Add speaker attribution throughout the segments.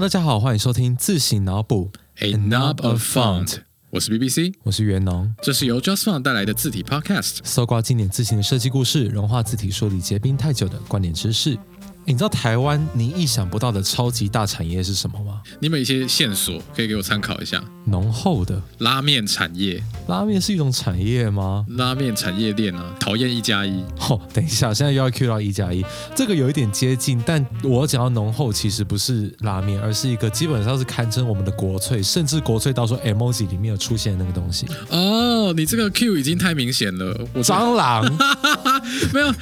Speaker 1: 大家好，欢迎收听自行脑补
Speaker 2: A Knob of Font。我是 BBC，
Speaker 1: 我是袁农。
Speaker 2: 这是由 Just Font 带来的字体 Podcast。
Speaker 1: 搜刮经典字形的设计故事，融化字体梳理结冰太久的观点知识。你知道台湾你意想不到的超级大产业是什么吗？
Speaker 2: 你有没有一些线索可以给我参考一下？
Speaker 1: 浓厚的
Speaker 2: 拉面产业，
Speaker 1: 拉面是一种产业吗？
Speaker 2: 拉面产业链啊，讨厌一加一。
Speaker 1: 哦，等一下，现在又要 Q 到一加一，这个有一点接近，但我讲到浓厚，其实不是拉面，而是一个基本上是堪称我们的国粹，甚至国粹到说 emoji 里面有出现的那个东西，
Speaker 2: 哦，你这个 Q 已经太明显了。我
Speaker 1: 蟑螂。
Speaker 2: 没有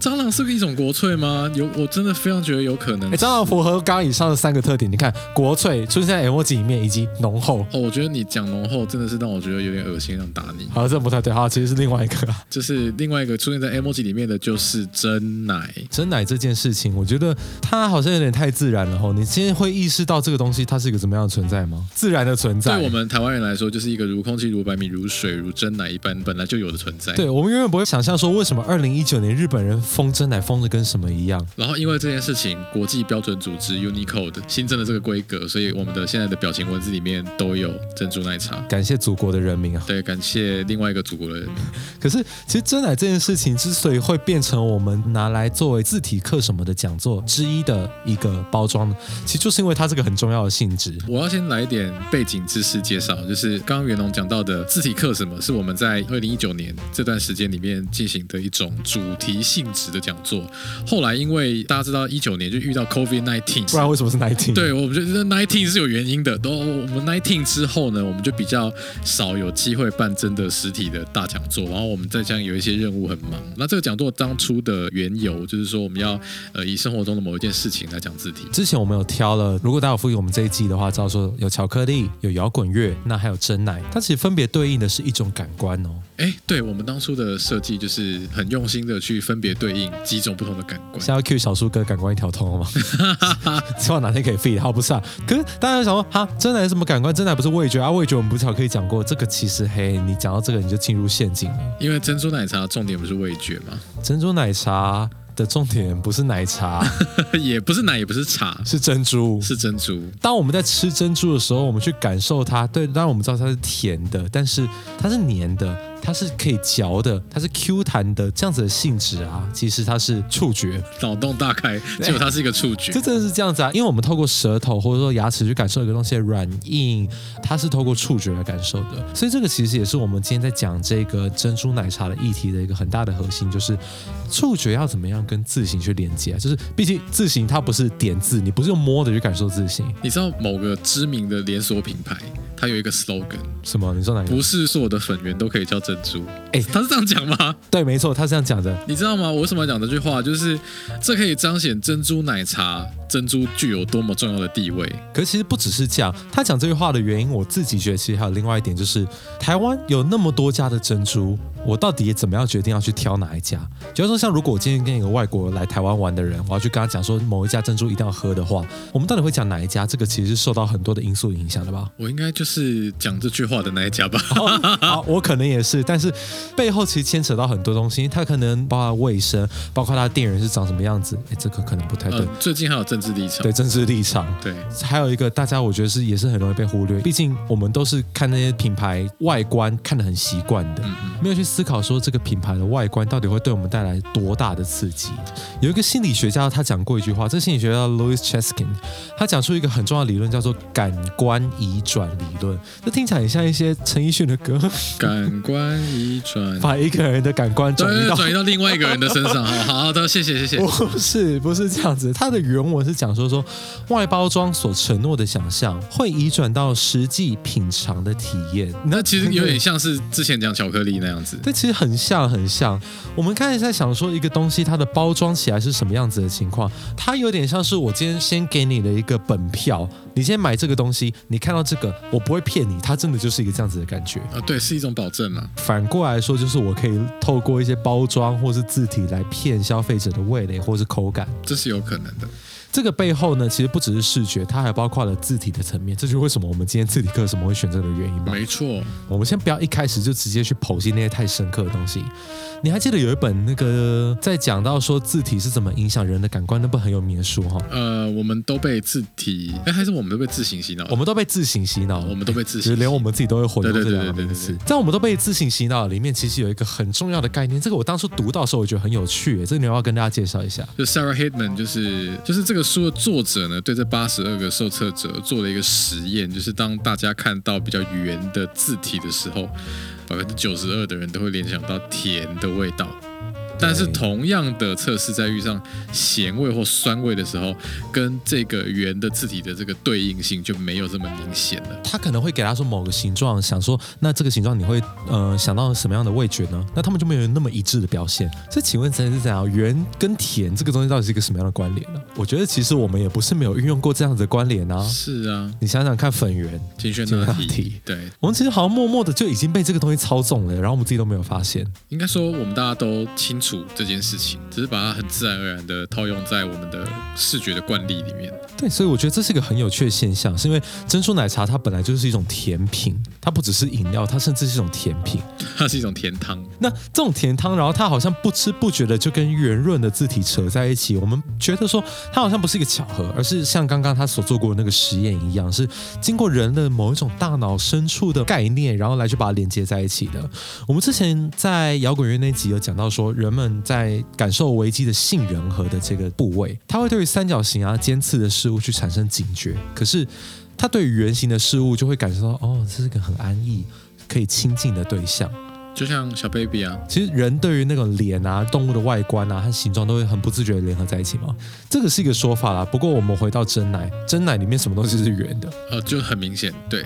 Speaker 2: 蟑螂是一种国粹吗？有，我真的非常觉得有可能
Speaker 1: 哎，。蟑螂符合刚刚以上的三个特点，你看国粹出现在 emoji 里面以及浓厚。
Speaker 2: 哦，我觉得你讲浓厚真的是让我觉得有点恶心，想打你。
Speaker 1: 好，这不太对，好，其实是另外一个。啊
Speaker 2: 就是另外一个出现在 emoji 里面的就是真奶，
Speaker 1: 真奶这件事情，我觉得它好像有点太自然了吼。你今天会意识到这个东西它是一个怎么样的存在吗？自然的存在。
Speaker 2: 对我们台湾人来说，就是一个如空气、如白米、如水、如真奶一般本来就有的存在。
Speaker 1: 对我们永远不会想象说，为什么二零一九年日本人封真奶封的跟什么一样？
Speaker 2: 然后因为这件事情，国际标准组织 Unicode 新增了这个规格，所以我们的现在的表情文字里面都有珍珠奶茶。
Speaker 1: 感谢祖国的人民啊！
Speaker 2: 对，感谢另外一个祖国的人民。
Speaker 1: 可是，其实真奶这件事情之所以会变成我们拿来作为字体课什么的讲座之一的一个包装，其实就是因为它这个很重要的性质。
Speaker 2: 我要先来一点背景知识介绍，就是刚刚袁龙讲到的字体课，什么是我们在二零一九年这段时间里面进行的一种主题性质的讲座。后来因为大家知道一九年就遇到 COVID
Speaker 1: 不
Speaker 2: nineteen。
Speaker 1: 然为什么是奶精？
Speaker 2: 对，我们觉得 nineteen 是有原因的。都我们 nineteen 之后呢，我们就比较少有机会办真的实体的大讲座。然后我们再加上有一些任务很忙。那这个讲座当初的缘由就是说，我们要呃以生活中的某一件事情来讲字体。
Speaker 1: 之前我们有挑了，如果大家有复习我们这一季的话，知道说有巧克力、有摇滚乐，那还有真奶，它其实分别对应的是一种感官哦。
Speaker 2: 哎，对我们当初的设计就是很用心的去分别对应几种不同的感官
Speaker 1: 现。在要 Q 小树哥感官一条通了吗？希望哪天可以 feed 好不是啊？可是大家想说，哈，真奶是什么感官？真奶不是味觉啊？味觉我们不是巧克力讲过，这个其实嘿，你讲到这个你就进入陷阱了。
Speaker 2: 因为珍珠奶茶重点不是味觉嘛，
Speaker 1: 珍珠奶茶的重点不是奶茶，
Speaker 2: 也不是奶，也不是茶，
Speaker 1: 是珍珠。
Speaker 2: 是珍珠。
Speaker 1: 当我们在吃珍珠的时候，我们去感受它。对，当然我们知道它是甜的，但是它是黏的，它是可以嚼的，它是 Q 弹的，这样子的性质啊，其实它是触觉。
Speaker 2: 脑洞大开，结果它是一个触觉
Speaker 1: 这。真的是这样子啊，因为我们透过舌头或者说牙齿去感受一个东西的软硬，它是透过触觉来感受的。所以这个其实也是我们今天在讲这个珍珠奶茶的议题的一个很大的核心，就是触觉要怎么样跟字形去连接、啊。就是毕竟字形它不是点字，你不是用摸的去感受字形。
Speaker 2: 你知道某个知名的连锁品牌，它有一个 slogan，
Speaker 1: 什么？你说哪个？
Speaker 2: 不是所有的粉圆都可以叫珍珠。
Speaker 1: 哎
Speaker 2: 他是这样讲吗？
Speaker 1: 对，没错，他是这样讲的。
Speaker 2: 你知道吗？我为什么要讲这句话？就是这可以彰显珍珠奶茶珍珠具有多么重要的地位。
Speaker 1: 可是其实不只是这样，他讲这句话的原因，我自己觉得其实还有另外一点，就是台湾有那么多家的珍珠，我到底怎么样决定要去挑哪一家？假如说像如果我今天跟一个外国来台湾玩的人，我要去跟他讲说某一家珍珠一定要喝的话，我们到底会讲哪一家？这个其实是受到很多的因素影响的吧。
Speaker 2: 我应该就是讲这句话的那一家吧。
Speaker 1: 哦 好，我可能也是，但是背后其实牵扯到很多东西，它可能包括卫生，包括它的店员是长什么样子，诶这个可能不啊太对。
Speaker 2: 呃， 最近还有政治立场。
Speaker 1: 对政治立场，
Speaker 2: 对
Speaker 1: 还有一个大家我觉得是也是很容易被忽略，毕竟我们都是看那些品牌外观看得很习惯的，
Speaker 2: 嗯
Speaker 1: 没有去思考说这个品牌的外观到底会对我们带来多大的刺激。有一个心理学家他讲过一句话，这个心理学家 Louis Cheskin，他讲出一个很重要的理论叫做感官移转理论，这听起来很像一些陈奕迅的歌，
Speaker 2: 嗯感官移 转，
Speaker 1: 把一个人的感官转移
Speaker 2: 对，
Speaker 1: 到哦
Speaker 2: 转移到另外一个人的身上。好好的，谢谢谢 谢。
Speaker 1: 不是不是这样子，它的原文是讲说说外包装所承诺的想象会移转到实际品尝的体验。
Speaker 2: 那其实有点像是之前讲巧克力那样子。
Speaker 1: 这其实很像很像。我们开始在想说一个东西它的包装起来是什么样子的情况，它有点像是我今天先给你的一个本票，你今天买这个东西，你看到这个，我不会骗你，它真的就是一个这样子的感觉。
Speaker 2: 啊，对，是一种保证嘛。
Speaker 1: 反过来说，就是我可以透过一些包装或是字体来骗消费者的味蕾或是口感。
Speaker 2: 这是有可能的。
Speaker 1: 这个背后呢，其实不只是视觉，它还包括了字体的层面。这就是为什么我们今天字体课什么会选这个原因吧。
Speaker 2: 没错，
Speaker 1: 我们先不要一开始就直接去剖析那些太深刻的东西。你还记得有一本那个呃在讲到说字体是怎么影响人的感官，那本很有名的书哈、
Speaker 2: 呃，我们都被字体，哎，还是我们都被字形洗脑了，
Speaker 1: 我们都被字形洗脑了，
Speaker 2: 我们都被字
Speaker 1: 就是
Speaker 2: 形洗
Speaker 1: 连
Speaker 2: 脑。
Speaker 1: 我们自己都会混
Speaker 2: 对
Speaker 1: 淆
Speaker 2: 对
Speaker 1: 这
Speaker 2: 对
Speaker 1: 两个名
Speaker 2: 对
Speaker 1: 词
Speaker 2: 对。
Speaker 1: 在我们都被自行洗脑里面，其实有一个很重要的概念，这个我当初读到的时候，我觉得很有趣，这个你要不要跟大家介绍一下。
Speaker 2: 就 Sarah Hidman 就是就是这个书的作者呢，对这八十二个受测者做了一个实验，就是当大家看到比较圆的字体的时候，百分之九十二的人都会联想到甜的味道。但是
Speaker 1: 对
Speaker 2: 同样的测试在遇上咸味或酸味的时候，跟这个圆的字体的这个对应性就没有这么明显了。
Speaker 1: 他可能会给他说某个形状，想说那这个形状你会呃想到什么样的味觉呢？那他们就没有那么一致的表现。这请问真的是怎样？圆跟甜这个东西到底是一个什么样的关联呢？我觉得其实我们也不是没有运用过这样子的关联啊。
Speaker 2: 是啊，
Speaker 1: 你想想看，粉圆，
Speaker 2: 金萱
Speaker 1: 金
Speaker 2: 那
Speaker 1: 萱那
Speaker 2: 题，
Speaker 1: 题
Speaker 2: 对，
Speaker 1: 我们其实好像默默的就已经被这个东西操纵了，然后我们自己都没有发现。
Speaker 2: 应该说我们大家都清楚这件事情，只是把它很自然而然的套用在我们的视觉的惯例里面。
Speaker 1: 对，所以我觉得这是一个很有趣的现象，是因为珍珠奶茶它本来就是一种甜品，它不只是饮料，它甚至是一种甜品。
Speaker 2: 它是一种甜汤，
Speaker 1: 那这种甜汤，然后它好像不知不觉的就跟圆润的字体扯在一起，我们觉得说它好像不是一个巧合，而是像刚刚他所做过的那个实验一样，是经过人的某一种大脑深处的概念，然后来去把它连接在一起的。我们之前在摇滚乐那集有讲到说，人们在感受危机的杏仁核的这个部位，它会对于三角形啊、尖刺的事物去产生警觉，可是它对于圆形的事物就会感受到，哦，这是个很安逸、可以亲近的对象。
Speaker 2: 就像小 baby 啊，
Speaker 1: 其实人对于那种脸啊、动物的外观啊和形状都会很不自觉的联合在一起嘛，这个是一个说法啦。不过我们回到真奶，真奶里面什么东西是圆的？
Speaker 2: 呃，就很明显， 对，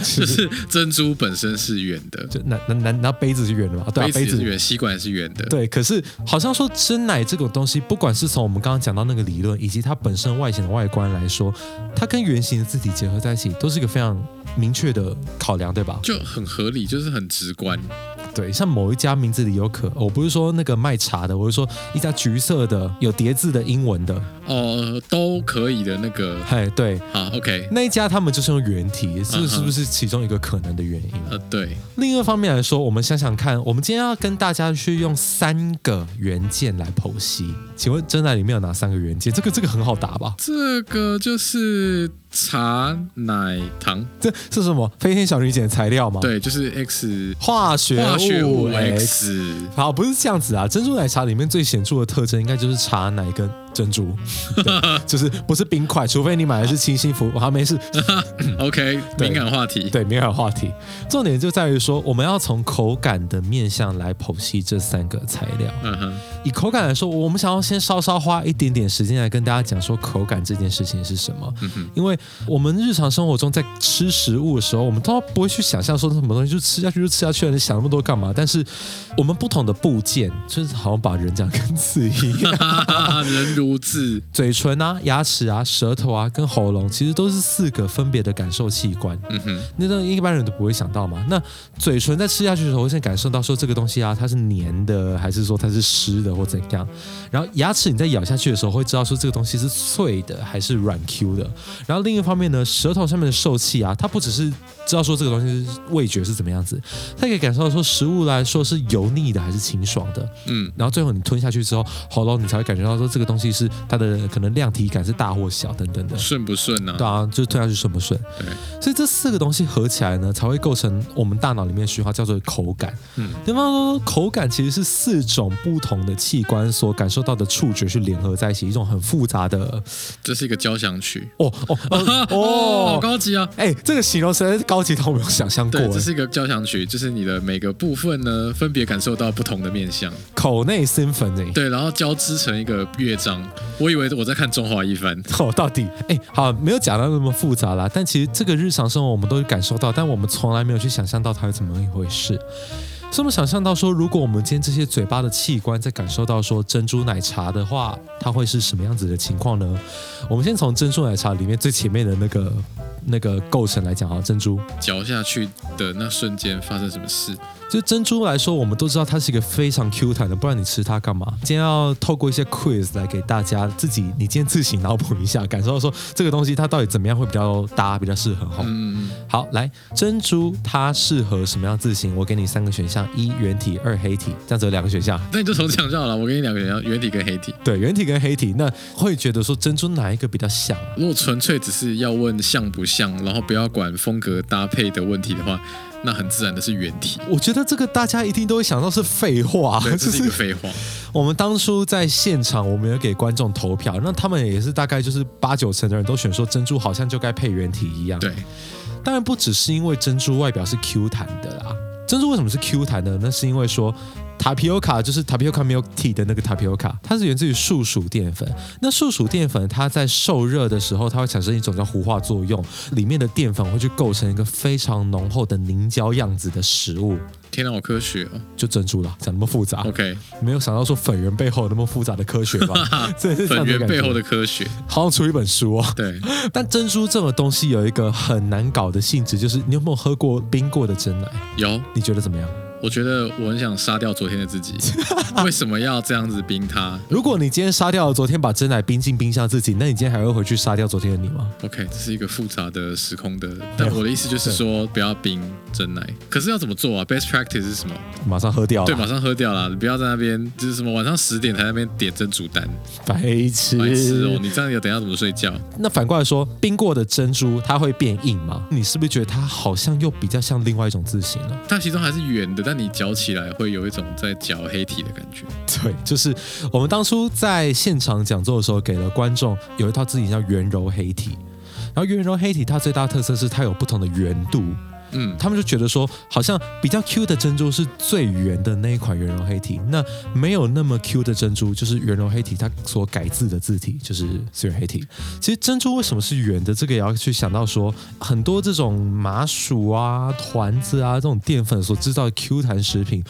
Speaker 2: 就是珍珠本身是圆的，
Speaker 1: 就难难难道杯子是圆的吗？对啊，
Speaker 2: 杯
Speaker 1: 杯
Speaker 2: 子也
Speaker 1: 子
Speaker 2: 是圆，吸管也是圆的，
Speaker 1: 对，可是好像说真奶这种东西，不管是从我们刚刚讲到那个理论，以及它本身外显的外观来说，它跟圆形的字体结合在一起，都是一个非常明确的考量，对吧？
Speaker 2: 就很合理，就是很直观。
Speaker 1: 对，像某一家名字里有可，哦我不是说那个卖茶的，我是说一家橘色的有叠字的英文的，
Speaker 2: 哦，都可以的那个，
Speaker 1: 嘿，对，
Speaker 2: 好，OK，
Speaker 1: 那一家他们就是用原题，这
Speaker 2: 嗯哼
Speaker 1: 是不是其中一个可能的原因？
Speaker 2: 呃，对，
Speaker 1: 另一方面来说，我们想想看，我们今天要跟大家去用三个元件来剖析。请问真奶里面有哪三个元件？这个这个很好答吧？
Speaker 2: 这个就是茶奶糖，
Speaker 1: 这这是什么？飞天小女警的材料吗？，
Speaker 2: 对，就是 X
Speaker 1: 化学
Speaker 2: 化学物
Speaker 1: 物
Speaker 2: X，
Speaker 1: 好，不是这样子啊！珍珠奶茶里面最显著的特征，应该就是茶奶跟珍珠， 对就是不是冰块，除非你买的是清新服务。好，没事，
Speaker 2: OK，
Speaker 1: 对
Speaker 2: 敏感话题，
Speaker 1: 对，没有话题。重点就在于说，我们要从口感的面向来剖析这三个材料。
Speaker 2: 嗯哼，
Speaker 1: 以口感来说，我们想要先稍稍花一点点时间来跟大家讲说口感这件事情是什么。
Speaker 2: 嗯哼，
Speaker 1: 因为我们日常生活中在吃食物的时候，我们通常不会去想象说什么东西就吃下去就吃下去了，你想那么多干嘛？但是我们不同的部件，就是好像把人讲跟刺一 样，
Speaker 2: 哈哈哈，人如字，
Speaker 1: 嘴唇啊、牙齿啊、舌头啊跟喉咙，其实都是四个分别的感受器官。
Speaker 2: 嗯哼，
Speaker 1: 那种一般人都不会想到嘛。那嘴唇在吃下去的时候，会先感受到说这个东西啊，它是黏的，还是说它是湿的，或怎样。然后牙齿你在咬下去的时候，会知道说这个东西是脆的还是软 Q 的。然后另一方面呢，舌头上面的受气啊，它不只是知道说这个东西是味觉是怎么样子，它也可以感受到说食物来说是油腻的还是清爽的。
Speaker 2: 嗯，
Speaker 1: 然后最后你吞下去之后，喉咙你才会感觉到说这个东西是它的可能量体感是大或小等等的。
Speaker 2: 顺不顺呢、
Speaker 1: 对啊，就是吞下去顺不顺？
Speaker 2: 对，
Speaker 1: 所以这四个东西合起来呢，才会构成我们大脑里面虚化叫做口感。
Speaker 2: 嗯
Speaker 1: 嗯，比方说口感其实是四种不同的器官所感受到的触觉去联合在一起，一种很复杂的
Speaker 2: 这是一个交响曲，
Speaker 1: 哦哦
Speaker 2: 啊
Speaker 1: 哦
Speaker 2: 好
Speaker 1: 哦，
Speaker 2: 高级啊！
Speaker 1: 哎、这个形容实在是高级到我没有想象过
Speaker 2: 对，
Speaker 1: 哎。
Speaker 2: 这是一个交响曲，就是你的每个部分呢，分别感受到不同的面相，
Speaker 1: 口内 symphony。
Speaker 2: 对，然后交织成一个乐章。我以为我在看《中华一番》，
Speaker 1: 哦，到底哎，好，没有讲到那么复杂啦。但其实这个日常生活我们都会感受到，但我们从来没有去想象到它是怎么一回事。所以我们想象到说，如果我们今天这些嘴巴的器官在感受到说珍珠奶茶的话，它会是什么样子的情况呢？我们先从珍珠奶茶里面最前面的那个那个构成来讲啊，珍珠，
Speaker 2: 嚼下去的那瞬间发生什么事？
Speaker 1: 就珍珠来说，我们都知道它是一个非常 Q 弹的，不然你吃它干嘛？今天要透过一些 quiz 来给大家自己，你今天自行脑补一下，感受到说这个东西它到底怎么样会比较搭，比较适合哈。
Speaker 2: 嗯，
Speaker 1: 好，来，珍珠它适合什么样的字形？我给你三个选项：一圆体，二黑体，这样子有两个选项。
Speaker 2: 那你就从讲就好了。我给你两个选项，原体跟黑体。
Speaker 1: 对，圆体跟黑体，那会觉得说珍珠哪一个比较像？啊
Speaker 2: 如果纯粹只是要问像不像，然后不要管风格搭配的问题的话，那很自然的是原体。
Speaker 1: 我觉得这个大家一定都会想到是废话，
Speaker 2: 对，这
Speaker 1: 哦就是
Speaker 2: 一个
Speaker 1: 是
Speaker 2: 废话。
Speaker 1: 我们当初在现场，我们有给观众投票，那他们也是大概就是八九成的人都选说珍珠好像就该配圆体一样。
Speaker 2: 对，
Speaker 1: 当然不只是因为珍珠外表是 Q 弹的啦。珍珠为什么是 Q 弹呢？那是因为说塔皮欧卡就是塔皮欧卡 milk tea 的那个塔皮欧卡，它是源自于树薯淀粉。那树薯淀粉它在受热的时候，它会产生一种叫糊化作用，里面的淀粉会去构成一个非常浓厚的凝胶样子的食物，
Speaker 2: 天哪，好科学哦。
Speaker 1: 就珍珠啦。讲那么复杂，
Speaker 2: OK，
Speaker 1: 没有想到说粉圆背后有那么复杂的科学 吧？真的是这
Speaker 2: 粉
Speaker 1: 样的
Speaker 2: 圆
Speaker 1: 感
Speaker 2: 背后
Speaker 1: 觉，
Speaker 2: 的科学。
Speaker 1: 好想出一本书 哦。
Speaker 2: 对，
Speaker 1: 但珍珠这种东西有一个很难搞的性质，就是你有没有喝过冰过的真奶？
Speaker 2: 有，
Speaker 1: 你觉得怎么样？
Speaker 2: 我觉得我很想杀掉昨天的 自己。为什么要这样子冰他
Speaker 1: 如果你今天杀掉了昨天把真奶冰进冰箱自己，那你今天还会回去杀掉昨天的你吗？
Speaker 2: ？OK，这是一个复杂的时空的，但我的意思就是说，不要冰真奶。可是要怎么做啊？Best practice 是什么？
Speaker 1: 马上喝掉啊
Speaker 2: 对，
Speaker 1: 了，
Speaker 2: 马上喝掉啦！你不要在那边就是什么晚上十点才在那边点珍珠蛋，
Speaker 1: 白痴
Speaker 2: 白痴
Speaker 1: 嗯
Speaker 2: 哦！你这样要等一下怎么睡觉？
Speaker 1: 那反过来说，冰过的珍珠它会变硬吗？你是不是觉得它好像又比较像另外一种字形了？
Speaker 2: 它其中还是圆的，但你嚼起来会有一种在嚼黑体的感觉。
Speaker 1: 对， 就是我们当初在现场讲座的时候，给了观众有一套字形叫圆柔黑体。然后圆柔黑体它最大的特色是它有不同的圆度，
Speaker 2: 嗯，
Speaker 1: 他们就觉得说，好像比较 Q 的珍珠是最圆的那一款圆柔黑体，那没有那么 Q 的珍珠就是圆柔黑体它所改字的字体就是四元黑体。其实珍珠为什么是圆的，这个也要去想到说，很多这种麻薯啊、团子啊这种淀粉所制造的 Q 弹食品，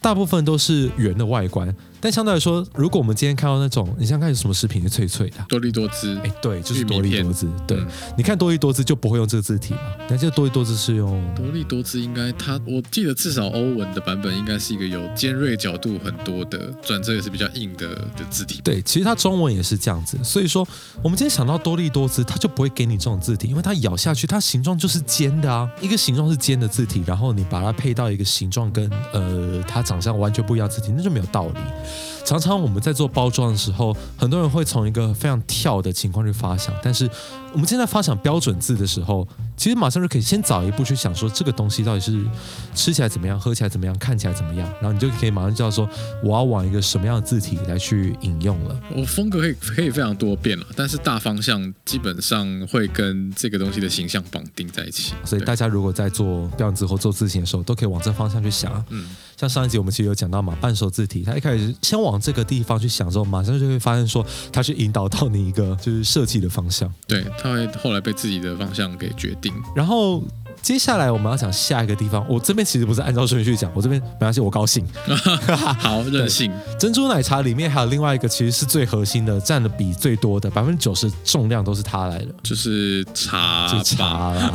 Speaker 1: 大部分都是圆的外观。但相对来说，如果我们今天看到那种，你像看有什么食品是脆脆的啊、
Speaker 2: 多利多汁。
Speaker 1: 哎，对，就是
Speaker 2: 玉米
Speaker 1: 多利
Speaker 2: 片
Speaker 1: 多汁。对，
Speaker 2: 嗯
Speaker 1: 你看多利多汁就不会用这个字体嘛，但这多利多汁是用
Speaker 2: 多利多汁应该它，我记得至少欧文的版本应该是一个有尖锐角度很多的，转折也是比较硬的的字体。
Speaker 1: 对，其实它中文也是这样子，所以说我们今天想到多利多姿，它就不会给你这种字体，因为它咬下去，它形状就是尖的啊，一个形状是尖的字体，然后你把它配到一个形状跟呃它长相完全不一样的字体，那就没有道理。常常我们在做包装的时候，很多人会从一个非常跳的情况去发想，但是我们现在发想标准字的时候，其实马上就可以先早一步去想说这个东西到底是吃起来怎么样，喝起来怎么样，看起来怎么样，然后你就可以马上知道说我要往一个什么样的字体来去引用了。
Speaker 2: 我风格可以可以非常多变了，但是大方向基本上会跟这个东西的形象绑定在一起。
Speaker 1: 所以
Speaker 2: 对
Speaker 1: 大家如果在做标准字或做字型的时候，都可以往这方向去想啊。
Speaker 2: 嗯，
Speaker 1: 像上一集我们其实有讲到嘛，半熟字体，它一开始先往这个地方去想之后，马上就会发现说它去引导到你一个就是设计的方向。
Speaker 2: 对，它会后来被自己的方向给决定。
Speaker 1: 然后接下来我们要讲下一个地方，我这边其实不是按照顺序讲，我这边没关系，我高兴。啊
Speaker 2: 好，任性。
Speaker 1: 珍珠奶茶里面还有另外一个，其实是最核心的，占的比最多的，百分之九十重量都是它来的，
Speaker 2: 就是茶
Speaker 1: 就
Speaker 2: 吧，
Speaker 1: 茶啦。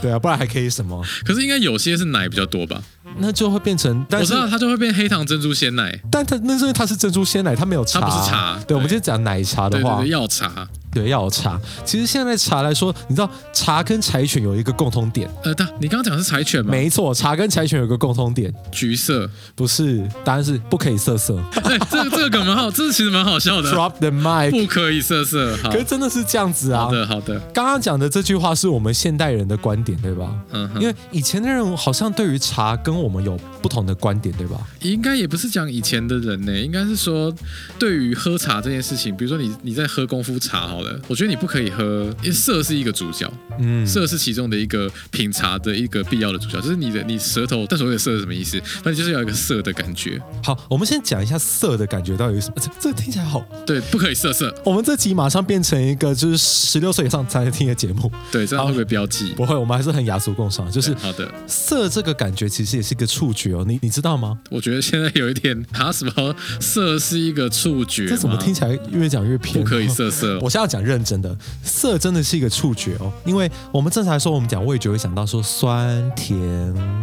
Speaker 1: 对啊，不然还可以什么？
Speaker 2: 可是应该有些是奶比较多吧？
Speaker 1: 那就会变成，
Speaker 2: 我
Speaker 1: 但
Speaker 2: 知
Speaker 1: 是
Speaker 2: 道它就会变黑糖珍珠鲜奶，
Speaker 1: 但它那是因为它是珍珠鲜奶，它没有茶，
Speaker 2: 它不是茶
Speaker 1: 对，我们
Speaker 2: 对
Speaker 1: 今天讲奶茶的
Speaker 2: 对对
Speaker 1: 话
Speaker 2: 对，，药茶。
Speaker 1: 对，要有茶。其实现在茶来说，你知道茶跟柴犬有一个共通点，
Speaker 2: 呃，它你刚刚讲的是柴犬吗？
Speaker 1: 没错，茶跟柴犬有一个共通点，
Speaker 2: 橘色。
Speaker 1: 不是，答案是不可以色 色
Speaker 2: 对，哎这个这个梗蛮好，这个其实蛮好笑的。
Speaker 1: ，drop the mic。
Speaker 2: 不可以色色，好
Speaker 1: 可是真的是这样子啊
Speaker 2: 嗯好！的好的，
Speaker 1: 刚刚讲的这句话是我们现代人的观点，对吧？
Speaker 2: 嗯
Speaker 1: 因
Speaker 2: 哼，
Speaker 1: 为以前的人好像对于茶跟我们有不同的观点，对吧？
Speaker 2: 应该也不是讲以前的人呢，应该是说对于喝茶这件事情，比如说你你在喝功夫茶好了，我觉得你不可以喝，因为色是一个主角，
Speaker 1: 嗯，
Speaker 2: 色是其中的一个品茶的一个必要的主角，就是你的你舌头，但所谓的色是什么意思？那就是要有一个涩的感觉，
Speaker 1: 好，我们先讲一下色的感觉到底是什么。这这听起来好，
Speaker 2: 对，不可以色色，
Speaker 1: 我们这集马上变成一个就是十六岁以上才能听的节目。
Speaker 2: 对，这样会不会标记？
Speaker 1: 不会，我们还是很雅俗共赏，就是
Speaker 2: 好的，
Speaker 1: 色这个感觉其实也是一个触觉哦，你你知道吗？
Speaker 2: 我觉得现在有一点啊，什么色是一个触觉吗，
Speaker 1: 这怎么听起来越讲越偏？哦
Speaker 2: 不可以色色？
Speaker 1: 我现在讲认真的，色真的是一个触觉哦，因为我们正常来说，我们讲味觉会想到说酸、甜、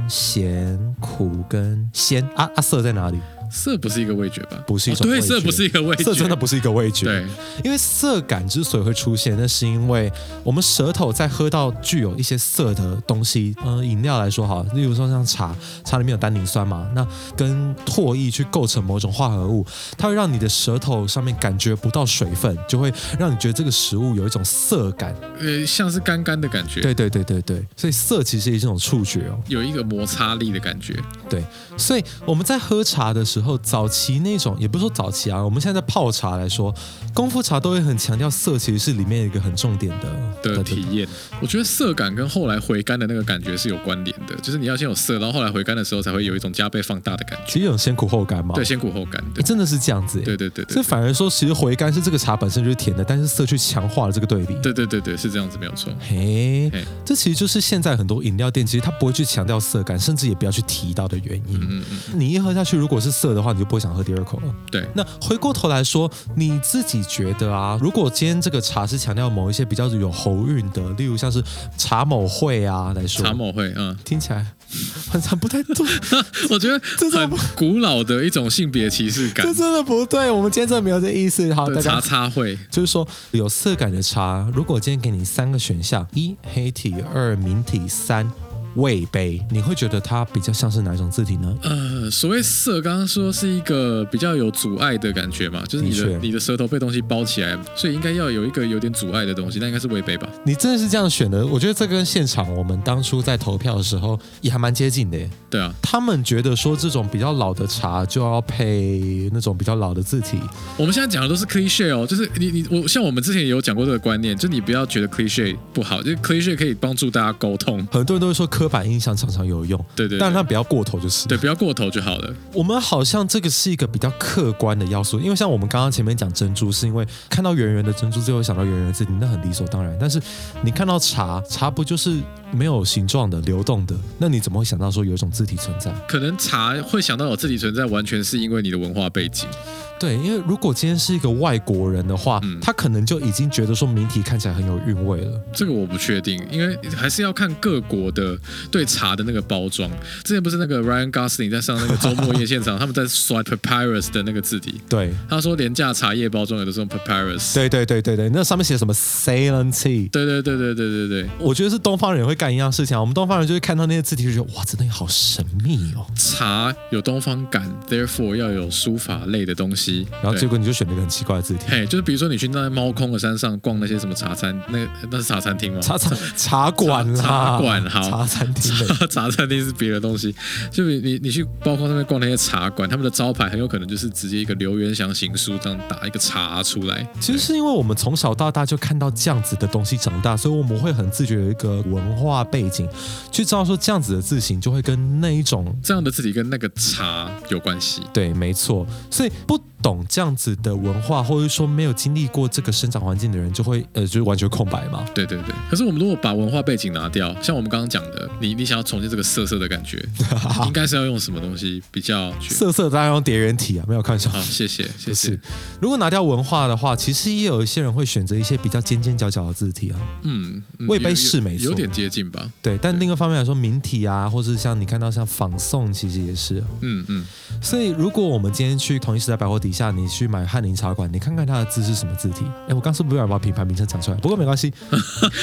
Speaker 1: 咸、苦跟鲜啊啊，色在哪里？
Speaker 2: 色不是一个味觉吧？
Speaker 1: 不是一种
Speaker 2: 哦
Speaker 1: 味
Speaker 2: 对，
Speaker 1: 觉
Speaker 2: 色不是一个味觉，
Speaker 1: 色真的不是一个味觉，
Speaker 2: 对，
Speaker 1: 因为涩感之所以会出现，那是因为我们舌头在喝到具有一些涩的东西，嗯、饮料来说好了，例如说像茶，茶里面有单宁酸嘛，那跟唾液去构成某种化合物，它会让你的舌头上面感觉不到水分，就会让你觉得这个食物有一种涩感。
Speaker 2: 呃，像是干干的感觉，
Speaker 1: 对对对对对，所以涩其实也是一种触觉哦。
Speaker 2: 有一个摩擦力的感觉。
Speaker 1: 对，所以我们在喝茶的时候，早期那种也不是说早期啊，我们现在在泡茶来说，功夫茶都会很强调色，其实是里面一个很重点的
Speaker 2: 的体验，我觉得涩感跟后来回甘的那个感觉是有关联的，就是你要先有涩，然后后来回甘的时候才会有一种加倍放大的感觉。
Speaker 1: 其实有先苦后甘嘛。
Speaker 2: 对，先苦后甘，对
Speaker 1: 哦诶，真的是这样子。
Speaker 2: 对。对对对
Speaker 1: 所以反而说，其实回甘是这个茶本身就是甜的，但是色去强化了这个对比。
Speaker 2: 对对对对，是这样子，没有错。
Speaker 1: 嘿
Speaker 2: 嘿，
Speaker 1: 这其实就是现在很多饮料店其实它不会去强调色感，甚至也不要去提到的原因。
Speaker 2: 嗯嗯，
Speaker 1: 你一喝下去，如果是涩的话，你就不会想喝第二口了。
Speaker 2: 对
Speaker 1: 那回过头来说，你自己觉得啊，如果今天这个茶是强调某一些比较有喉韵的，例如像是茶某会啊来说，
Speaker 2: 茶某会，嗯，
Speaker 1: 听起来好像不太 对，
Speaker 2: 我觉得
Speaker 1: 这怎
Speaker 2: 很
Speaker 1: 么
Speaker 2: 古老的一种性别歧视感
Speaker 1: 这。真的不对。我们今天真的没有这意思。好，
Speaker 2: 对，
Speaker 1: 大
Speaker 2: 茶
Speaker 1: 家
Speaker 2: 茶会，
Speaker 1: 就是说有色感的茶，如果今天给你三个选项：一黑体，二明体，三味杯，你会觉得它比较像是哪一种字体呢？
Speaker 2: 呃，所谓涩，刚刚说是一个比较有阻碍的感觉嘛，就是你
Speaker 1: 的
Speaker 2: 的
Speaker 1: 确
Speaker 2: 你的舌头被东西包起来，所以应该要有一个有点阻碍的东西，那应该是味杯吧？
Speaker 1: 你真的是这样选的？我觉得这跟现场我们当初在投票的时候也还蛮接近的耶。
Speaker 2: 对啊，
Speaker 1: 他们觉得说这种比较老的茶就要配那种比较老的字体，
Speaker 2: 我们现在讲的都是 cliche 哦，就是你你我像我们之前也有讲过这个观念，就你不要觉得 cliche 不好，就是 cliche 可以帮助大家沟通，
Speaker 1: 很多人都会说刻板印象常常有用，
Speaker 2: 对对
Speaker 1: 但
Speaker 2: 对
Speaker 1: 它不要过头就是。
Speaker 2: 对，不要过头就好了。
Speaker 1: 我们好像这个是一个比较客观的要素，因为像我们刚刚前面讲珍珠，是因为看到圆圆的珍珠就会想到圆圆的字体，那很理所当然。但是你看到茶，茶不就是没有形状的、流动的，那你怎么会想到说有一种字体存在？
Speaker 2: 可能茶会想到我自己存在，完全是因为你的文化背景。
Speaker 1: 对，因为如果今天是一个外国人的话，
Speaker 2: 嗯
Speaker 1: 他可能就已经觉得说明体看起来很有韵味了。
Speaker 2: 这个我不确定，因为还是要看各国的对茶的那个包装。之前不是那个 Ryan Gosling 在上那个周末夜现场，他们在刷 papyrus 的那个字体，
Speaker 1: 对，
Speaker 2: 他说廉价茶叶包装有的是用 papyrus。
Speaker 1: 对对对对对，那上面写什么 Ceylon Tea，
Speaker 2: 对对对对对对对，
Speaker 1: 我觉得是东方人也会干一样事情啊。我们东方人就会看到那些字体，就觉得哇，真的好神秘哦。
Speaker 2: 茶有东方感，therefore 要有书法类的东西。
Speaker 1: 然后
Speaker 2: 对
Speaker 1: 结果你就选了一个很奇怪的字体，
Speaker 2: 嘿，就是比如说你去那猫空的山上逛那些什么茶餐，那那是茶餐厅吗？
Speaker 1: 茶茶茶馆啦，
Speaker 2: 茶馆好
Speaker 1: 茶餐厅的。
Speaker 2: 茶 茶餐厅是别的东西，就比你你去包括那边逛那些茶馆，他们的招牌很有可能就是直接一个刘元祥行书这样打一个茶出来。
Speaker 1: 其实是因为我们从小到大就看到这样子的东西长大，所以我们会很自觉有一个文化背景，去知道说这样子的字形就会跟那一种。
Speaker 2: 这样的字体跟那个茶有关系。
Speaker 1: 对，没错，所以不懂这样子的文化，或者说没有经历过这个生长环境的人，就会呃，就是完全空白嘛。
Speaker 2: 对对对，可是我们如果把文化背景拿掉，像我们刚刚讲的，你你想要重现这个涩涩的感 觉，应该是要用什么东西比较去？
Speaker 1: 色色当然用叠圆体啊，没有开玩笑。
Speaker 2: 好，谢谢谢
Speaker 1: 不
Speaker 2: 嗯谢
Speaker 1: 是。，如果拿掉文化的话，其实也有一些人会选择一些比较尖尖角角的字体啊。
Speaker 2: 嗯，嗯
Speaker 1: 味杯
Speaker 2: 有
Speaker 1: 是
Speaker 2: 有
Speaker 1: 没错
Speaker 2: 有点接近吧。
Speaker 1: 对，但
Speaker 2: 对
Speaker 1: 另一个方面来说，明体啊，或是像你看到像仿宋，其实也是。
Speaker 2: 嗯嗯，
Speaker 1: 所以，如果我们今天去同一时代百货底下，你去买翰林茶馆，你看看它的字是什么字体？哎，我刚是不是有把品牌名称讲出来？不过没关系，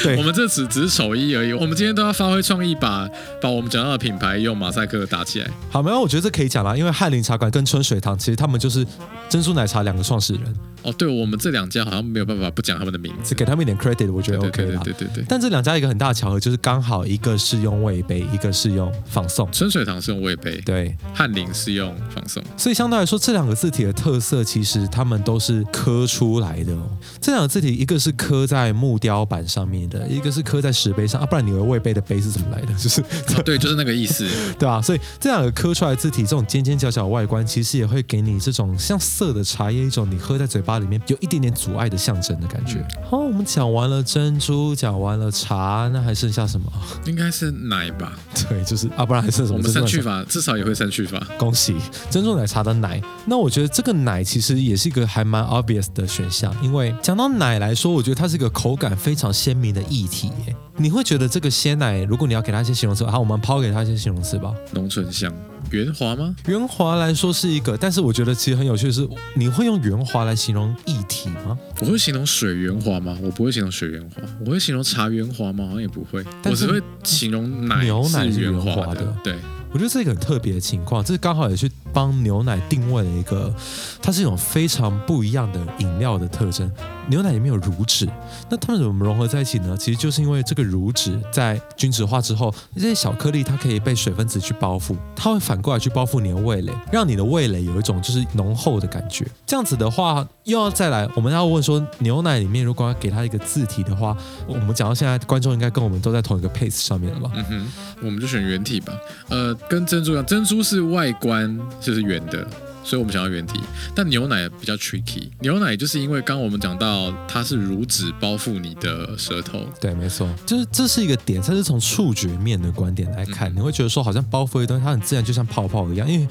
Speaker 1: 对
Speaker 2: 我们这只只是手艺而已，我们今天都要发挥创意把，把我们讲到的品牌用马赛克打起来。
Speaker 1: 好，没有，我觉得这可以讲啦，因为翰林茶馆跟春水堂其实他们就是珍珠奶茶两个创始人，
Speaker 2: 哦，对，我们这两家好像没有办法不讲他们的名字
Speaker 1: 只。给他们一点 credit，我觉
Speaker 2: 对
Speaker 1: 得
Speaker 2: 对
Speaker 1: OK
Speaker 2: 对
Speaker 1: 啦。
Speaker 2: 对对对对。
Speaker 1: 但这两家一个很大的巧合就是刚好一个是用味杯，一个是用仿宋。
Speaker 2: 春水堂是用味杯，
Speaker 1: 对，
Speaker 2: 翰林是用放松。
Speaker 1: 所以相对来说，这两个字体的特色其实它们都是刻出来的哦。这两个字体，一个是刻在木雕板上面的，一个是刻在石碑上啊，不然你以为魏碑的碑是怎么来的？ 就是
Speaker 2: 哦对，就是那个 意思。
Speaker 1: 对啊，所以这两个刻出来的字体，这种尖尖角角的外观，其实也会给你这种像涩的茶叶一种你喝在嘴巴里面有一点点阻碍的象征的感觉。好，我们讲完了珍珠，讲完了茶，那还剩下什么？
Speaker 2: 应该是奶吧？
Speaker 1: 对，就是啊，不然还剩什
Speaker 2: 我
Speaker 1: 么？
Speaker 2: 们
Speaker 1: 珍珠奶
Speaker 2: 删
Speaker 1: 茶
Speaker 2: 去法至少也会删去法。
Speaker 1: 恭喜珍珠奶茶的奶。那我觉得这个奶奶其实也是一个还蛮 obvious 的选项，因为讲到奶来说，我觉得它是一个口感非常鲜明的议题耶。你会觉得这个鲜奶，如果你要给它一些形容词，好，我们抛给它一些形容词吧。
Speaker 2: 浓醇香，圆滑吗？
Speaker 1: 圆滑来说是一个，但是我觉得其实很有趣的是，你会用圆滑来形容液体吗？
Speaker 2: 我会形容水圆滑吗？我不会形容水圆滑，我会形容茶圆滑吗？好像也不会，
Speaker 1: 但
Speaker 2: 我
Speaker 1: 是
Speaker 2: 只会形容奶
Speaker 1: 牛奶是
Speaker 2: 是
Speaker 1: 圆
Speaker 2: 圆
Speaker 1: 滑
Speaker 2: 的
Speaker 1: 的。
Speaker 2: 对，
Speaker 1: 我觉得这是一个很特别的情况，这刚好也去帮牛奶定位了一个，它是一种非常不一样的饮料的特征。牛奶里面有乳脂，那它们怎么融合在一起呢？其实就是因为这个乳脂在均质化之后，这些小颗粒它可以被水分子去包覆，它会反过来去包覆你的味蕾，让你的味蕾有一种就是浓厚的感觉。这样子的话，又要再来，我们要问说，牛奶里面如果要给它一个字体的话，我们讲到现在，观众应该跟我们都在同一个 pace 上面了吧？
Speaker 2: 嗯哼，我们就选圆体吧。呃，跟珍珠一样，珍珠是外观就是圆的，所以我们想要圆体。但牛奶比较 tricky，牛奶就是因为刚刚我们讲到它是乳脂包覆你的舌头，
Speaker 1: 对，没错，就是这是一个点，它是从触觉面的观点来看，你会觉得说好像包覆一东西，它很自然，就像泡泡一样，因为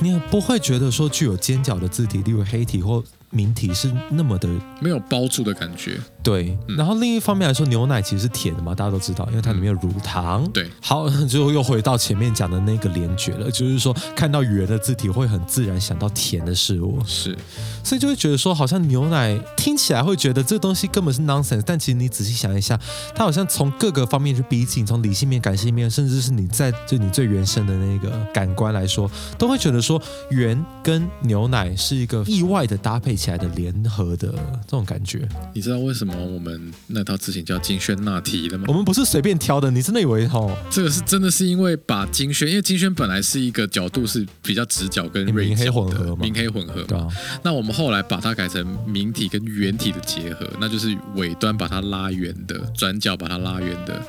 Speaker 1: 你也不会觉得说具有尖角的字体，例如黑体或明体是那么的
Speaker 2: 没有包住的感觉。
Speaker 1: 对。
Speaker 2: 嗯
Speaker 1: 然后另一方面来说，牛奶其实是铁的嘛，大家都知道，因为它里面有乳糖。
Speaker 2: 对，
Speaker 1: 好，就又回到前面讲的那个联觉了，就是说看到圆的字体会很自然想到甜的事物。
Speaker 2: 是，
Speaker 1: 所以就会觉得说，好像牛奶听起来会觉得这东西根本是 nonsense，但其实你仔细想一下，它好像从各个方面去逼近，从理性面、感性面，甚至是你在就你最原生的那个感官来说，都会觉得说圆跟牛奶是一个意外的搭配起来的联合的这种感觉。
Speaker 2: 你知道为什么我们那套字型叫金
Speaker 1: 嗯
Speaker 2: 萱纳提的吗
Speaker 1: 我？们不是随便挑的，你真的以为哦，
Speaker 2: 这个是真的是因为把金萱，因为金萱本来是一个角度是比较直角跟锐
Speaker 1: 明黑
Speaker 2: 角
Speaker 1: 混合
Speaker 2: 的
Speaker 1: 嘛
Speaker 2: 明黑混合嘛
Speaker 1: 对啊，
Speaker 2: 那我们后来把它改成明体跟圆体的结合，那就是尾端把它拉圆的，转角把它拉圆的。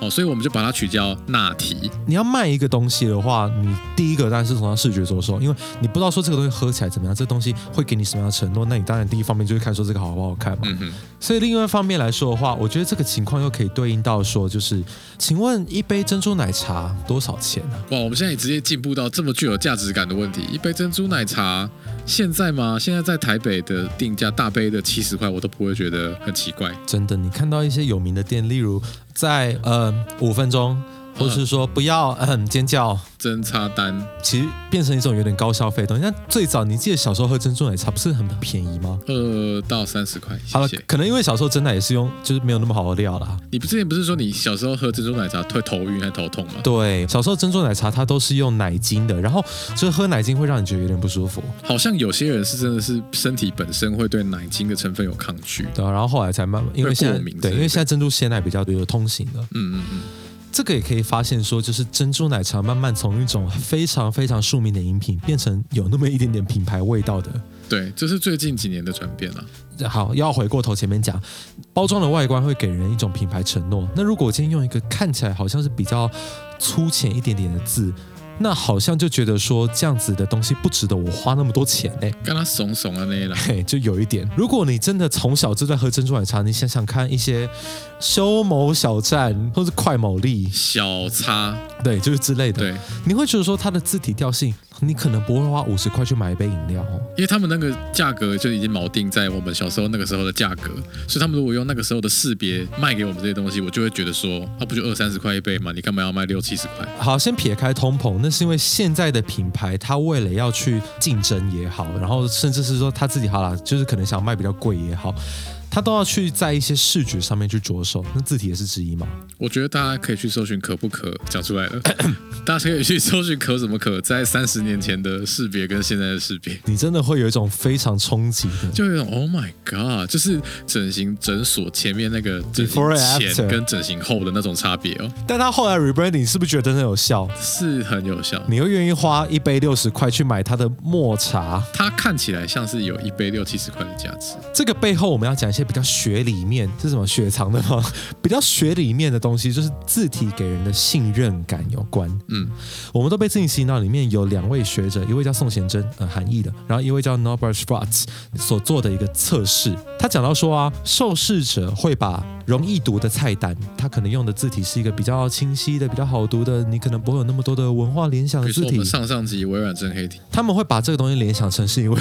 Speaker 2: 哦，所以我们就把它取叫纳体。
Speaker 1: 你要卖一个东西的话，你第一个当然是从它视觉着手，因为你不知道说这个东西喝起来怎么样，这东西会给你什么样的承诺，那你当然第一方面就是看说这个好不好看嘛。
Speaker 2: 嗯哼，
Speaker 1: 所以另外一方面来说的话，我觉得这个情况又可以对应到说，就是请问一杯珍珠奶茶多少钱呢、
Speaker 2: 哇，我们现在也直接进步到这么具有价值感的问题。一杯珍珠奶茶，现在吗？现在在台北的定价，大杯的七十块，我都不会觉得很奇怪。
Speaker 1: 真的，你看到一些有名的店，例如在呃五分钟，或是说不要嗯、尖叫。
Speaker 2: 真差单，
Speaker 1: 其实变成一种有点高消费的东西。那最早你记得小时候喝珍珠奶茶不是很便宜吗？
Speaker 2: 二到三十块，
Speaker 1: 好
Speaker 2: 谢
Speaker 1: 了
Speaker 2: 谢，。
Speaker 1: 可能因为小时候真奶也是用就是没有那么好的料啦。
Speaker 2: 你之前不是说你小时候喝珍珠奶茶会头晕还头痛吗？
Speaker 1: 对，小时候珍珠奶茶它都是用奶精的，然后就是喝奶精会让你觉得有点不舒服，
Speaker 2: 好像有些人是真的是身体本身会对奶精的成分有抗拒。
Speaker 1: 对、啊，然后后来才慢慢，因为
Speaker 2: 会
Speaker 1: 现在
Speaker 2: 过敏之
Speaker 1: 对，
Speaker 2: 类
Speaker 1: 因为
Speaker 2: 的
Speaker 1: 现在珍珠鲜奶比较有通行的，
Speaker 2: 嗯嗯嗯。
Speaker 1: 这个也可以发现说，就是珍珠奶茶慢慢从一种非常非常庶民的饮品，变成有那么一点点品牌味道的。
Speaker 2: 对，这是最近几年的转变了、
Speaker 1: 好，要回过头前面讲，包装的外观会给人一种品牌承诺。那如果我今天用一个看起来好像是比较粗浅一点点的字，那好像就觉得说这样子的东西不值得我花那么多钱呢、
Speaker 2: 跟他怂怂的那一啦。
Speaker 1: 嘿，就有一点。如果你真的从小就在喝珍珠奶茶，你想想看，一些修某小站或是快某利，
Speaker 2: 小差，
Speaker 1: 对，就是之类的，
Speaker 2: 对，
Speaker 1: 你会觉得说它的字体调性，你可能不会花五十块去买一杯饮料哦。
Speaker 2: 因为他们那个价格就已经锚定在我们小时候那个时候的价格，所以他们如果用那个时候的识别卖给我们这些东西，我就会觉得说，啊，不就二三十块一杯嘛，你干嘛要卖六七十块？
Speaker 1: 好，先撇开通膨，那是因为现在的品牌，它为了要去竞争也好，然后甚至是说它自己好啦，就是可能想卖比较贵也好，它都要去在一些视觉上面去着手，那字体也是之一嘛。
Speaker 2: 我觉得大家可以去搜寻可不可，讲出来了，大家可以去搜寻可什么可，在三十年前的识别跟现在的识别。
Speaker 1: 你真的会有一种非常冲击的，
Speaker 2: 就有一种 Oh my God，就是整形诊所前面那个整
Speaker 1: Before
Speaker 2: 形
Speaker 1: and
Speaker 2: 前
Speaker 1: after
Speaker 2: 跟整形后的那种差别哦，
Speaker 1: 但它后来 rebranding 是不是觉得真的有效？
Speaker 2: 是很有效。
Speaker 1: 你会愿意花一杯六十块去买它的抹茶？
Speaker 2: 它看起来像是有一杯六七十块的价值，
Speaker 1: 这个背后我们要讲一些比较学里面是什么雪藏的吗？ 比较学里面的东西，就是字体给人的信任感有关。
Speaker 2: 嗯，
Speaker 1: 我们都被自己洗脑，里面有两位学者，一位叫宋贤珍，呃，韩裔的，然后一位叫 Norbert Schwartz 所做的一个测试。他讲到说啊，受试者会把容易读的菜单，他可能用的字体是一个比较清晰的、比较好读的，你可能不会有那么多的文化联想
Speaker 2: 比
Speaker 1: 的
Speaker 2: 如
Speaker 1: 字
Speaker 2: 说我
Speaker 1: 体
Speaker 2: 们。上上集微软真黑体
Speaker 1: 他们会把这个东西联想成是一位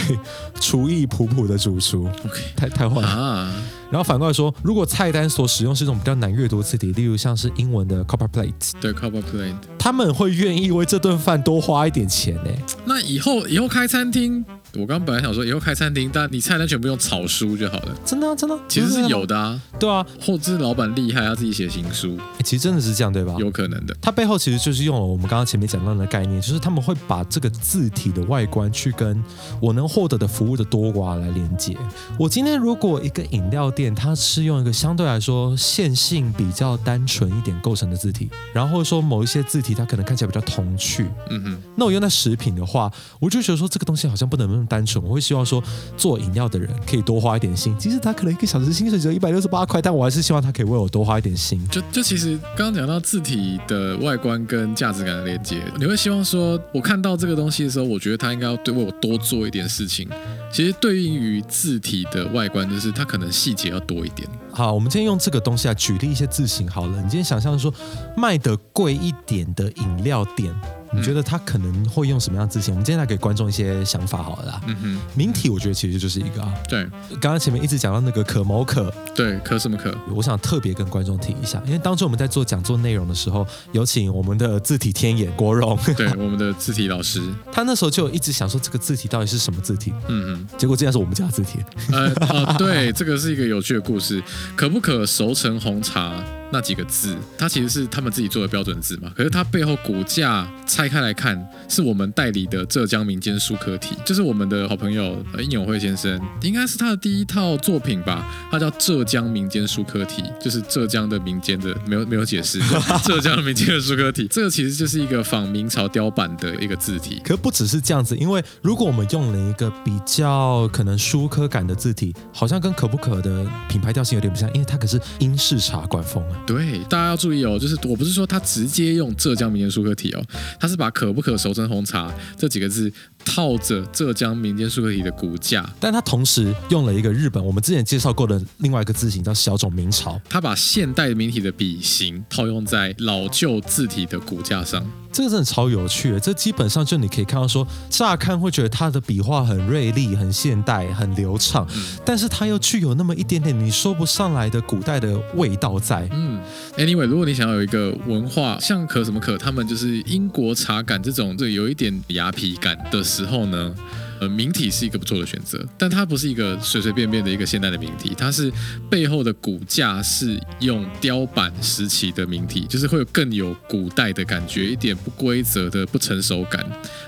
Speaker 1: 厨艺普普的主厨，
Speaker 2: ，OK
Speaker 1: 太太坏了。
Speaker 2: 啊，
Speaker 1: 然后反过来说，如果菜单所使用是一种比较难阅读的字体，例如像是英文的 Copperplate，
Speaker 2: 对 Copperplate。
Speaker 1: 他们会愿意为这顿饭多花一点钱欸呢、
Speaker 2: 那以后以后开餐厅，我刚本来想说以后开餐厅，但你菜单全部用草书就好了，
Speaker 1: 真的、啊、真的啊、
Speaker 2: 其实
Speaker 1: 真
Speaker 2: 是
Speaker 1: 的
Speaker 2: 有的啊。
Speaker 1: 对啊、
Speaker 2: 后置老板厉害，他自己写新书，
Speaker 1: 欸其实真的是这样，对吧？
Speaker 2: 有可能的。
Speaker 1: 它背后其实就是用了我们刚刚前面讲到的概念，就是他们会把这个字体的外观去跟我能获得的服务的多寡来连接。我今天如果一个饮料店，它是用一个相对来说线性比较单纯一点构成的字体，然后说某一些字体它可能看起来比较童趣，
Speaker 2: 嗯哼，
Speaker 1: 那我用在食品的话，我就觉得说这个东西好像不能那么单纯，我会希望说做饮料的人可以多花一点心，即使他可能一个小时薪水只有一百六十八块，但我还是希望他可以为我多花一点心。
Speaker 2: 就就其实刚刚讲到字体的外观跟价值感的连接，你会希望说，我看到这个东西的时候，我觉得它应该要对为我多做一点事情。其实对应于字体的外观，就是它可能细节要多一点。
Speaker 1: 好，我们今天用这个东西来举例一些字形好了。你今天想象说卖的贵一点的饮料店，你觉得它可能会用什么样的字形？我们今天来给观众一些想法好了啦。
Speaker 2: 嗯哼，
Speaker 1: 名体我觉得其实就是一个啊，
Speaker 2: 对
Speaker 1: 刚刚前面一直讲到那个可某可，
Speaker 2: 对，可什么可？
Speaker 1: 我想特别跟观众提一下，因为当初我们在做讲座内容的时候，有请我们的字体天眼国荣，
Speaker 2: 对，我们的字体老师，
Speaker 1: 他那时候就有一直想说这个字体到底是什么字体，
Speaker 2: 嗯哼。
Speaker 1: 结果竟然是我们家的字体。
Speaker 2: 呃，哦，对，这个是一个有趣的故事。可不可熟成红茶那几个字，它其实是他们自己做的标准字嘛。可是它背后骨架拆开来看，是我们代理的浙江民间书科体，就是我们的好朋友呃应永辉先生，应该是他的第一套作品吧。它叫浙江民间书科体，就是浙江的民间的，没有没有解释，浙江民间的书科体。这个其实就是一个仿明朝雕版的一个字体。
Speaker 1: 可不只是这样子，因为如果我们用了一个比较可能舒科感的字体，好像跟可不可的品牌调性有点不像，因为它可是英式茶馆风啊。
Speaker 2: 对，大家要注意哦，就是我不是说他直接用浙江民间舒克体哦，他是把“可不可熟成红茶”这几个字套着浙江民间舒克体的骨架，
Speaker 1: 但它同时用了一个日本我们之前介绍过的另外一个字形叫小种明朝，
Speaker 2: 他把现代民体的笔形套用在老旧字体的骨架上。
Speaker 1: 这个真的超有趣的。这基本上就你可以看到说，乍看会觉得它的笔画很锐利、很现代、很流畅，但是它又具有那么一点点你说不上来的古代的味道在。
Speaker 2: 嗯，anyway，如果你想要有一个文化，像可什么可，他们就是英国茶感这种，就有一点雅痞感的时候呢，呃，明体是一个不错的选择，但它不是一个随随便便的一个现代的明体，它是背后的骨架是用雕版时期的明体，就是会有更有古代的感觉，一点不规则的不成熟感。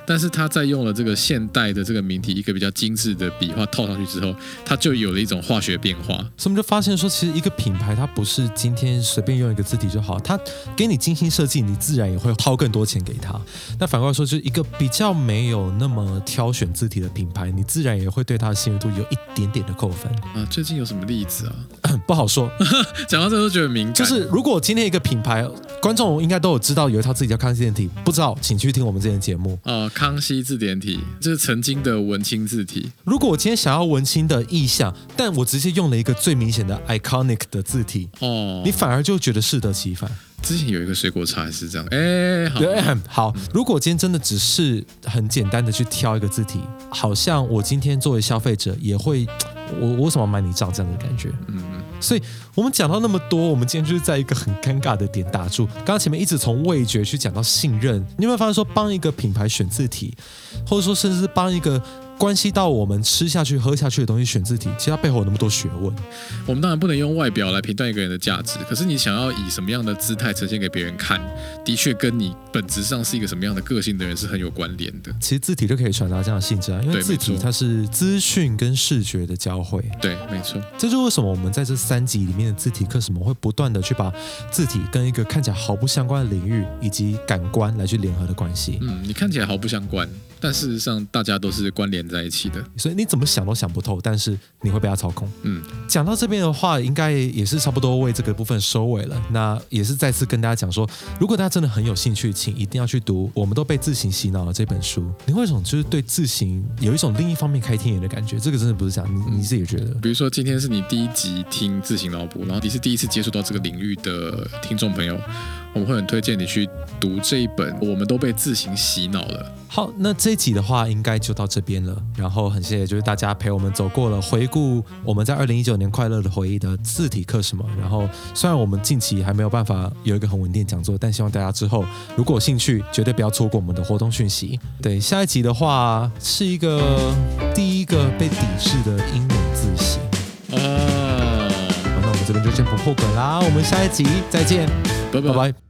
Speaker 2: 但是它在用了这个现代的这个明体，一个比较精致的笔画套上去之后，它就有了一种化学变化。
Speaker 1: 所以我们就发现说，其实一个品牌它不是今天随便用一个字体就好，它给你精心设计，你自然也会掏更多钱给它。那反过来说，就是一个比较没有那么挑选字体的品牌，你自然也会对它的信任度有一点点的扣分。
Speaker 2: 啊，最近有什么例子啊？
Speaker 1: 不好说，
Speaker 2: 讲到这都觉得敏感，
Speaker 1: 就是如果今天一个品牌，观众应该都有知道有一套自己叫康熙字体，不知道请去听我们之前的节目。
Speaker 2: 呃，康熙字典体，这是曾经的文青字体，
Speaker 1: 如果我今天想要文青的意象，但我直接用了一个最明显的 iconic 的字体，
Speaker 2: 哦
Speaker 1: 你。反而就觉得适得其反。
Speaker 2: 之前有一个水果茶也是这样，哎，好，
Speaker 1: 对，好。如果今天真的只是很简单的去挑一个字体，好像我今天作为消费者也会，我我为什么要买你账这样的感觉？
Speaker 2: 嗯，
Speaker 1: 所以我们讲到那么多，我们今天就是在一个很尴尬的点打住。刚刚前面一直从味觉去讲到信任，你有没有发现说，帮一个品牌选字体，或者说甚至是帮一个关系到我们吃下去、喝下去的东西选字体，其实它背后有那么多学问。
Speaker 2: 我们当然不能用外表来评断一个人的价值，可是你想要以什么样的姿态呈现给别人看，的确跟你本质上是一个什么样的个性的人是很有关联的。
Speaker 1: 其实字体就可以传达这样的性质啊，因为
Speaker 2: 对
Speaker 1: 字体
Speaker 2: 没错
Speaker 1: 它是资讯跟视觉的交汇。
Speaker 2: 对，没错，
Speaker 1: 这就是为什么我们在这三集里面的字体课，什么会不断的去把字体跟一个看起来毫不相关的领域以及感官来去联合的关系。
Speaker 2: 嗯嗯，你看起来毫不相关，但事实上大家都是关联在一起的。
Speaker 1: 所以你怎么想都想不透，但是你会被它操控。
Speaker 2: 嗯，
Speaker 1: 讲到这边的话，应该也是差不多为这个部分收尾了。那也是再次跟大家讲说，如果大家真的很有兴趣，请一定要去读《我们都被自行洗脑了》这本书。你会有一种就是对自行有一种另一方面开天眼的感觉，这个真的不是讲你你自己也觉得。
Speaker 2: 比如说今天是你第一集听自行脑补，然后你是第一次接触到这个领域的听众朋友，我们会很推荐你去读这一本《我们都被自行洗脑了
Speaker 1: 好，那这一集的话应该就到这边了。然后很谢谢就是大家陪我们走过了回顾我们在二零一九年快乐的回忆的字体课什么。然后虽然我们近期还没有办法有一个很稳定的讲座，但希望大家之后如果有兴趣，绝对不要错过我们的活动讯息。对，下一集的话是一个第一个被抵制的英文字形。》
Speaker 2: 啊，
Speaker 1: 好，那我们这边就先不破梗啦，我们下一集再见，
Speaker 2: 拜拜
Speaker 1: 拜拜。